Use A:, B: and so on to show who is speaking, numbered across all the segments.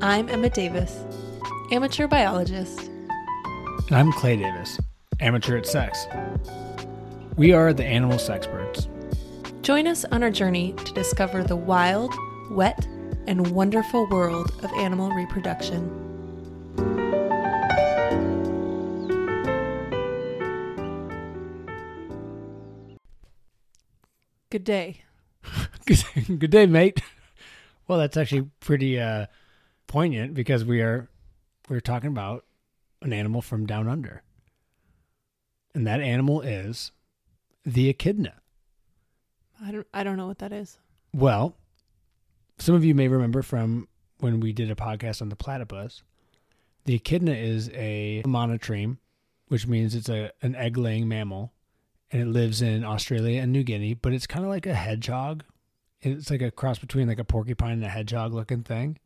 A: I'm Emma Davis, amateur biologist.
B: And I'm Clay Davis, amateur at sex. We are the animal sexperts.
A: Join us on our journey to discover the wild, wet, and wonderful world of animal reproduction. Good day.
B: Good day, mate. Well, that's actually pretty uh, poignant because we are we're talking about an animal from down under, and that animal is the echidna.
A: I don't, I don't know what that is.
B: Well, some of you may remember from when we did a podcast on the platypus. The echidna is a monotreme, which means it's a an egg laying mammal, and it lives in Australia and New Guinea. But it's kind of like a hedgehog. It's like a cross between like a porcupine and a hedgehog looking thing.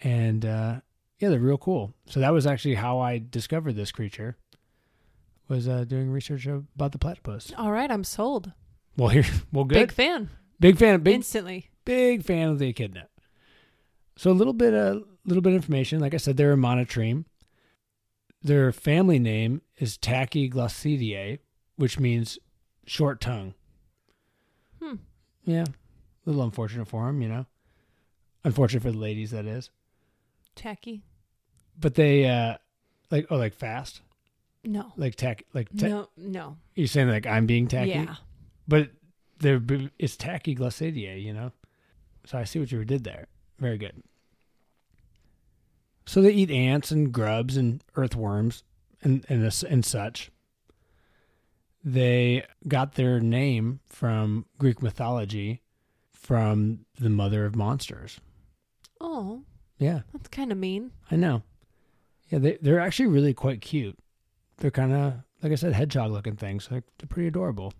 B: And uh, yeah, they're real cool. So that was actually how I discovered this creature. Was uh, doing research about the platypus.
A: All right, I'm sold.
B: Well, here, well, good.
A: Big fan.
B: Big fan, big
A: Instantly.
B: big fan of the echidna. So a little bit a little bit of information. Like I said, they're a monotreme. Their family name is Tachyglossidae, which means short tongue.
A: Hmm.
B: Yeah, a little unfortunate for them, you know. Unfortunate for the ladies, that is.
A: Tacky.
B: But they uh like oh like fast
A: No.
B: like tack like ta-
A: no, no.
B: you're saying like I'm being tacky,
A: Yeah.
B: but they're b- it's tachyglossidae, you know. So I see what you did there. Very good. So they eat ants and grubs and earthworms and and, this- and such. They got their name from Greek mythology, from the mother of monsters.
A: Oh,
B: Yeah,
A: that's kind of mean.
B: I know. Yeah, they they're actually really quite cute. They're kind of like I said, hedgehog looking things. They're, they're pretty adorable.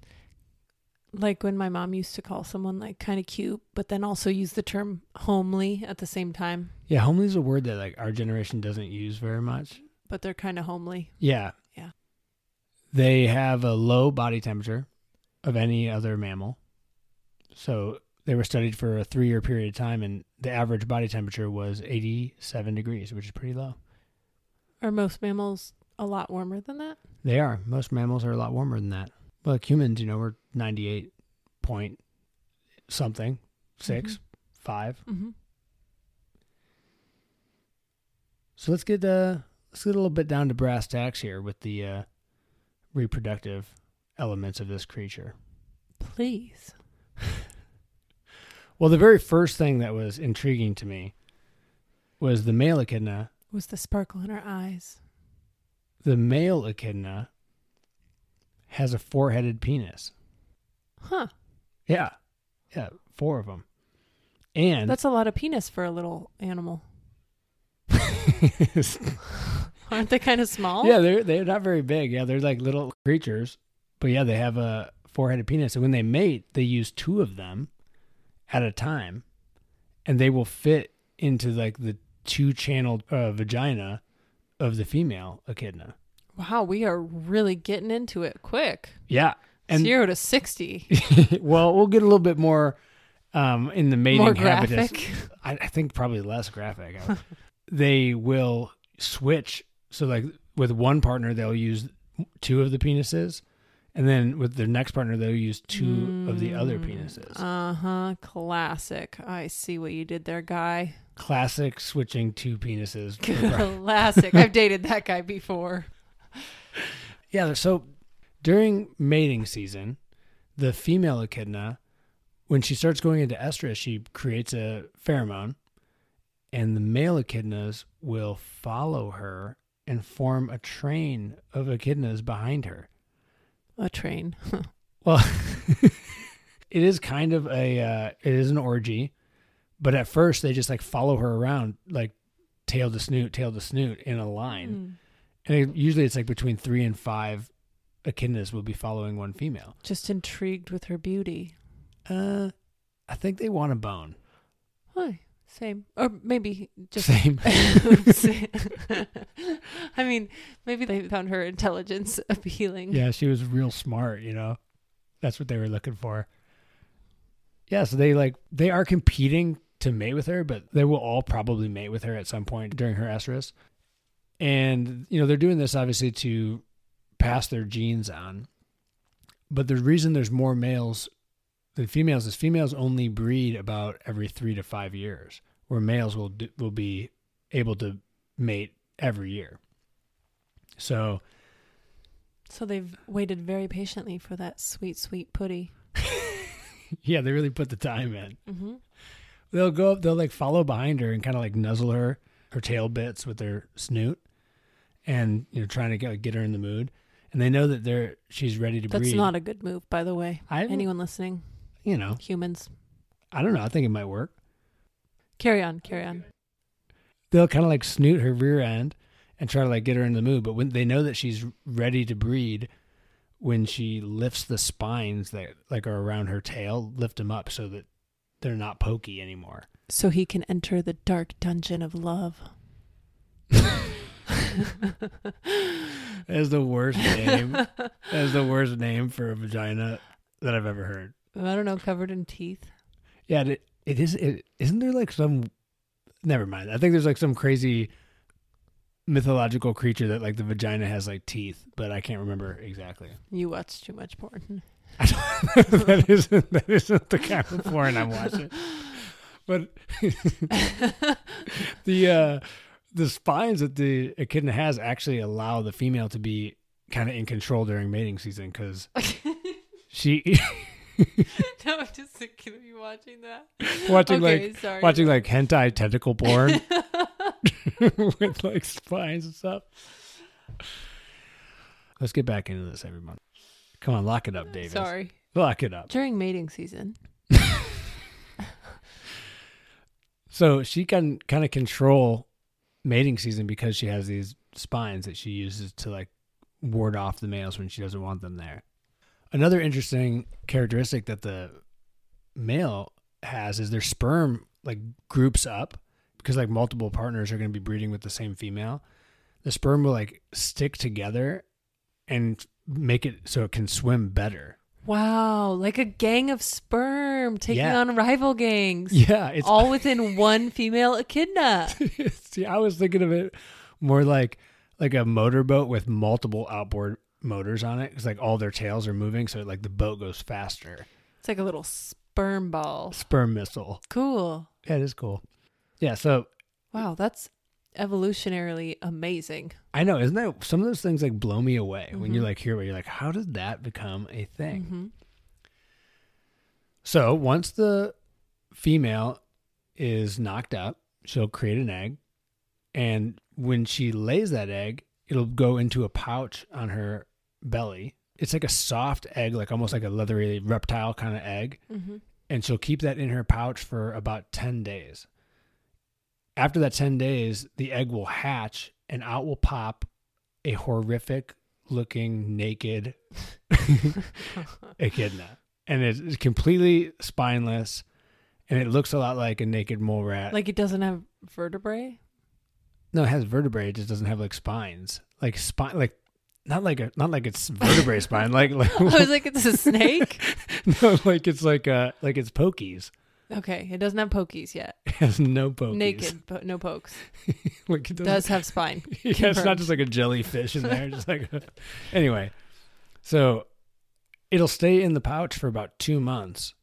A: like when my mom used to call someone like kind of cute, but then also use the term homely at the same time,
B: Yeah, homely is a word that like our generation doesn't use very much.
A: but they're kind of homely.
B: Yeah.
A: Yeah.
B: They have a low body temperature of any other mammal. So they were studied for a three year period of time, and the average body temperature was 87 degrees, which is pretty low.
A: Are most mammals a lot warmer than that?
B: They are. Most mammals are a lot warmer than that. Well, like humans, you know, we're 98 point something, 6 five.
A: Mm-hmm.
B: So let's get uh let's get a little bit down to brass tacks here with the uh, reproductive elements of this creature.
A: Please.
B: Well, the very first thing that was intriguing to me was the male echidna.
A: Was the sparkle in her eyes?
B: The male echidna has a four-headed penis.
A: Huh.
B: Yeah, yeah, four of them, and
A: That's a lot of penis for a little animal. Aren't they kind of small?
B: yeah, they're they're not very big. Yeah, they're like little creatures, but yeah, they have a four-headed penis, and when they mate, they use two of them at a time, and they will fit into like the two-channeled uh, vagina of the female echidna.
A: Wow, we are really getting into it quick.
B: Yeah. And
A: Zero to 60.
B: well, we'll get a little bit more um, in the mating
A: More
B: habitus.
A: graphic.
B: I, I think probably less graphic. they will switch. So, like with one partner, they'll use two of the penises, and then with their next partner, they'll use two of the other penises.
A: Uh huh. Classic. I see what you did there, guy.
B: Classic switching two penises.
A: Classic. I've dated that guy before.
B: Yeah, so during mating season, the female echidna, when she starts going into estrus, she creates a pheromone, and the male echidnas will follow her and form a train of echidnas behind her.
A: A train.
B: Well, it is kind of a uh, it is an orgy, but at first they just like follow her around like tail to snoot, tail to snoot in a line.
A: Hmm.
B: And it, usually it's like between three and five echidnas will be following one female.
A: Just intrigued with her beauty.
B: Uh, I think they want a bone.
A: Huh, same. Or maybe just.
B: Same.
A: I mean, maybe they found her intelligence appealing.
B: yeah, she was real smart, you know? That's what they were looking for. Yeah, so they like, they are competing to mate with her, but they will all probably mate with her at some point during her estrus. And, you know, they're doing this obviously to pass their genes on. But the reason there's more males than females is females only breed about every three to five years, where males will, do, will be able to mate every year. So,
A: So they've waited very patiently for that sweet, sweet putty.
B: yeah, they really put the time in.
A: Mm-hmm.
B: they'll go up they'll like follow behind her and kind of like nuzzle her her tail bits with their snoot and you know trying to get, get her in the mood and they know that they're she's ready to
A: That's
B: breed
A: not a good move, by the way.
B: I don't-
A: Anyone listening,
B: you know
A: humans,
B: i don't know i think it might work
A: carry on, carry on.
B: they'll kind of like snoot her rear end and try to like get her in the mood but when they know that she's ready to breed when she lifts the spines that like are around her tail lift them up so that they're not pokey anymore
A: So he can enter the dark dungeon of love.
B: that's the worst name that's the worst name for a vagina that i've ever heard
A: I don't know, covered in teeth.
B: Yeah, it, it is. It, isn't there like some? Never mind. I think there's like some crazy mythological creature that like the vagina has like teeth, but I can't remember exactly.
A: You watch too much porn.
B: I don't, that isn't that isn't the kind of porn I'm watching. But the uh, the spines that the echidna has actually allow the female to be kind of in control during mating season because she
A: no, I'm just thinking of you watching that.
B: watching like
A: okay, sorry.
B: watching like hentai tentacle porn with like spines and stuff. Let's get back into this, everyone. Come on, lock it up, Davis.
A: Sorry.
B: Lock it up.
A: During mating season.
B: So she can kind of control mating season because she has these spines that she uses to like ward off the males when she doesn't want them there. Another interesting characteristic that the male has is their sperm like groups up because like multiple partners are going to be breeding with the same female. The sperm will like stick together and make it so it can swim better.
A: Wow, like a gang of sperm taking
B: Yeah.
A: on rival gangs.
B: Yeah, it's
A: all within one female echidna.
B: See, I was thinking of it more like like a motorboat with multiple outboard motors on it. It's like all their tails are moving, so like the boat goes faster.
A: It's like a little sperm ball.
B: Sperm missile.
A: Cool.
B: Yeah, it is cool. Yeah, so
A: Wow, that's evolutionarily amazing.
B: I know, isn't that some of those things like blow me away when you like hear about it, you're like, how did that become a thing?
A: Mhm.
B: So once the female is knocked up, she'll create an egg. And when she lays that egg, it'll go into a pouch on her belly. It's like a soft egg, like almost like a leathery reptile kind of egg.
A: Mhm.
B: And she'll keep that in her pouch for about 10 days. After that 10 days, the egg will hatch and out will pop a horrific looking naked echidna, and it's completely spineless, and it looks a lot like a naked mole rat.
A: like it doesn't have vertebrae.
B: no, it has vertebrae. It just doesn't have like spines, like spine, like not like a not like it's vertebrae spine, like like
A: I was like, it's a snake.
B: no, like it's like uh like it's pokies.
A: okay, it doesn't have pokies yet.
B: It has no pokies.
A: Naked, po- no pokes.
B: like it doesn't,
A: Does have spine.
B: yeah, it's not
A: Confirmed.
B: just like a jellyfish in there. Just like, anyway, so it'll stay in the pouch for about two months,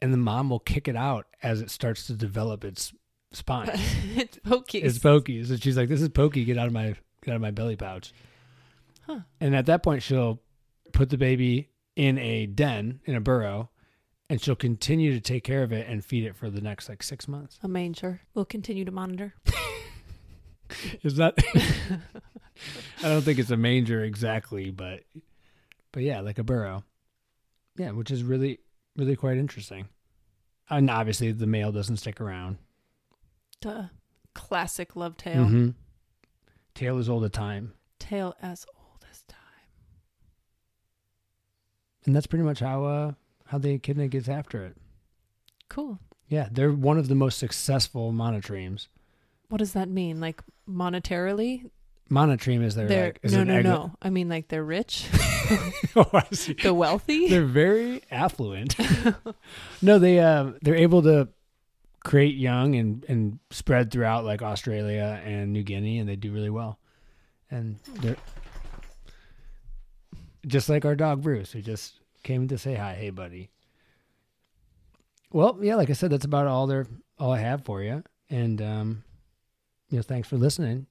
B: and the mom will kick it out as it starts to develop its spine.
A: it's pokies.
B: It's pokey. So she's like, "This is pokey. Get out of my get out of my belly pouch."
A: Huh.
B: And at that point, she'll put the baby in a den in a burrow, and she'll continue to take care of it and feed it for the next like six months.
A: a manger. We'll continue to monitor.
B: Is that? I don't think it's a manger exactly, but but yeah, like a burrow. Yeah, which is really really quite interesting. And obviously, the male doesn't stick around.
A: Duh. Classic love tale.
B: Mm-hmm. Tail is all the time,
A: Tale as old as time.
B: and that's pretty much how uh how the echidna gets after it.
A: Cool.
B: Yeah, they're one of the most successful monotremes.
A: What does that mean? Like monetarily?
B: Monotreme is their
A: They're
B: like is
A: no,
B: an
A: no,
B: egg-
A: no. I mean, like they're rich,
B: oh, I see.
A: the wealthy.
B: They're very affluent. no, they uh, they're able to create young and and spread throughout like Australia and New Guinea, and they do really well. And they're just like our dog Bruce, who just came to say hi, hey buddy. Well, yeah, like I said, that's about all there all I have for you, and um, you know, thanks for listening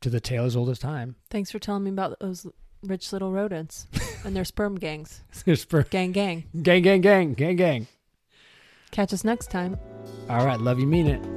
B: to the tale as old as time.
A: Thanks for telling me about those rich little rodents and their sperm gangs.
B: There's for
A: Gang, gang.
B: gang, gang, gang, gang, gang.
A: Catch us next time.
B: All right, love you, mean it.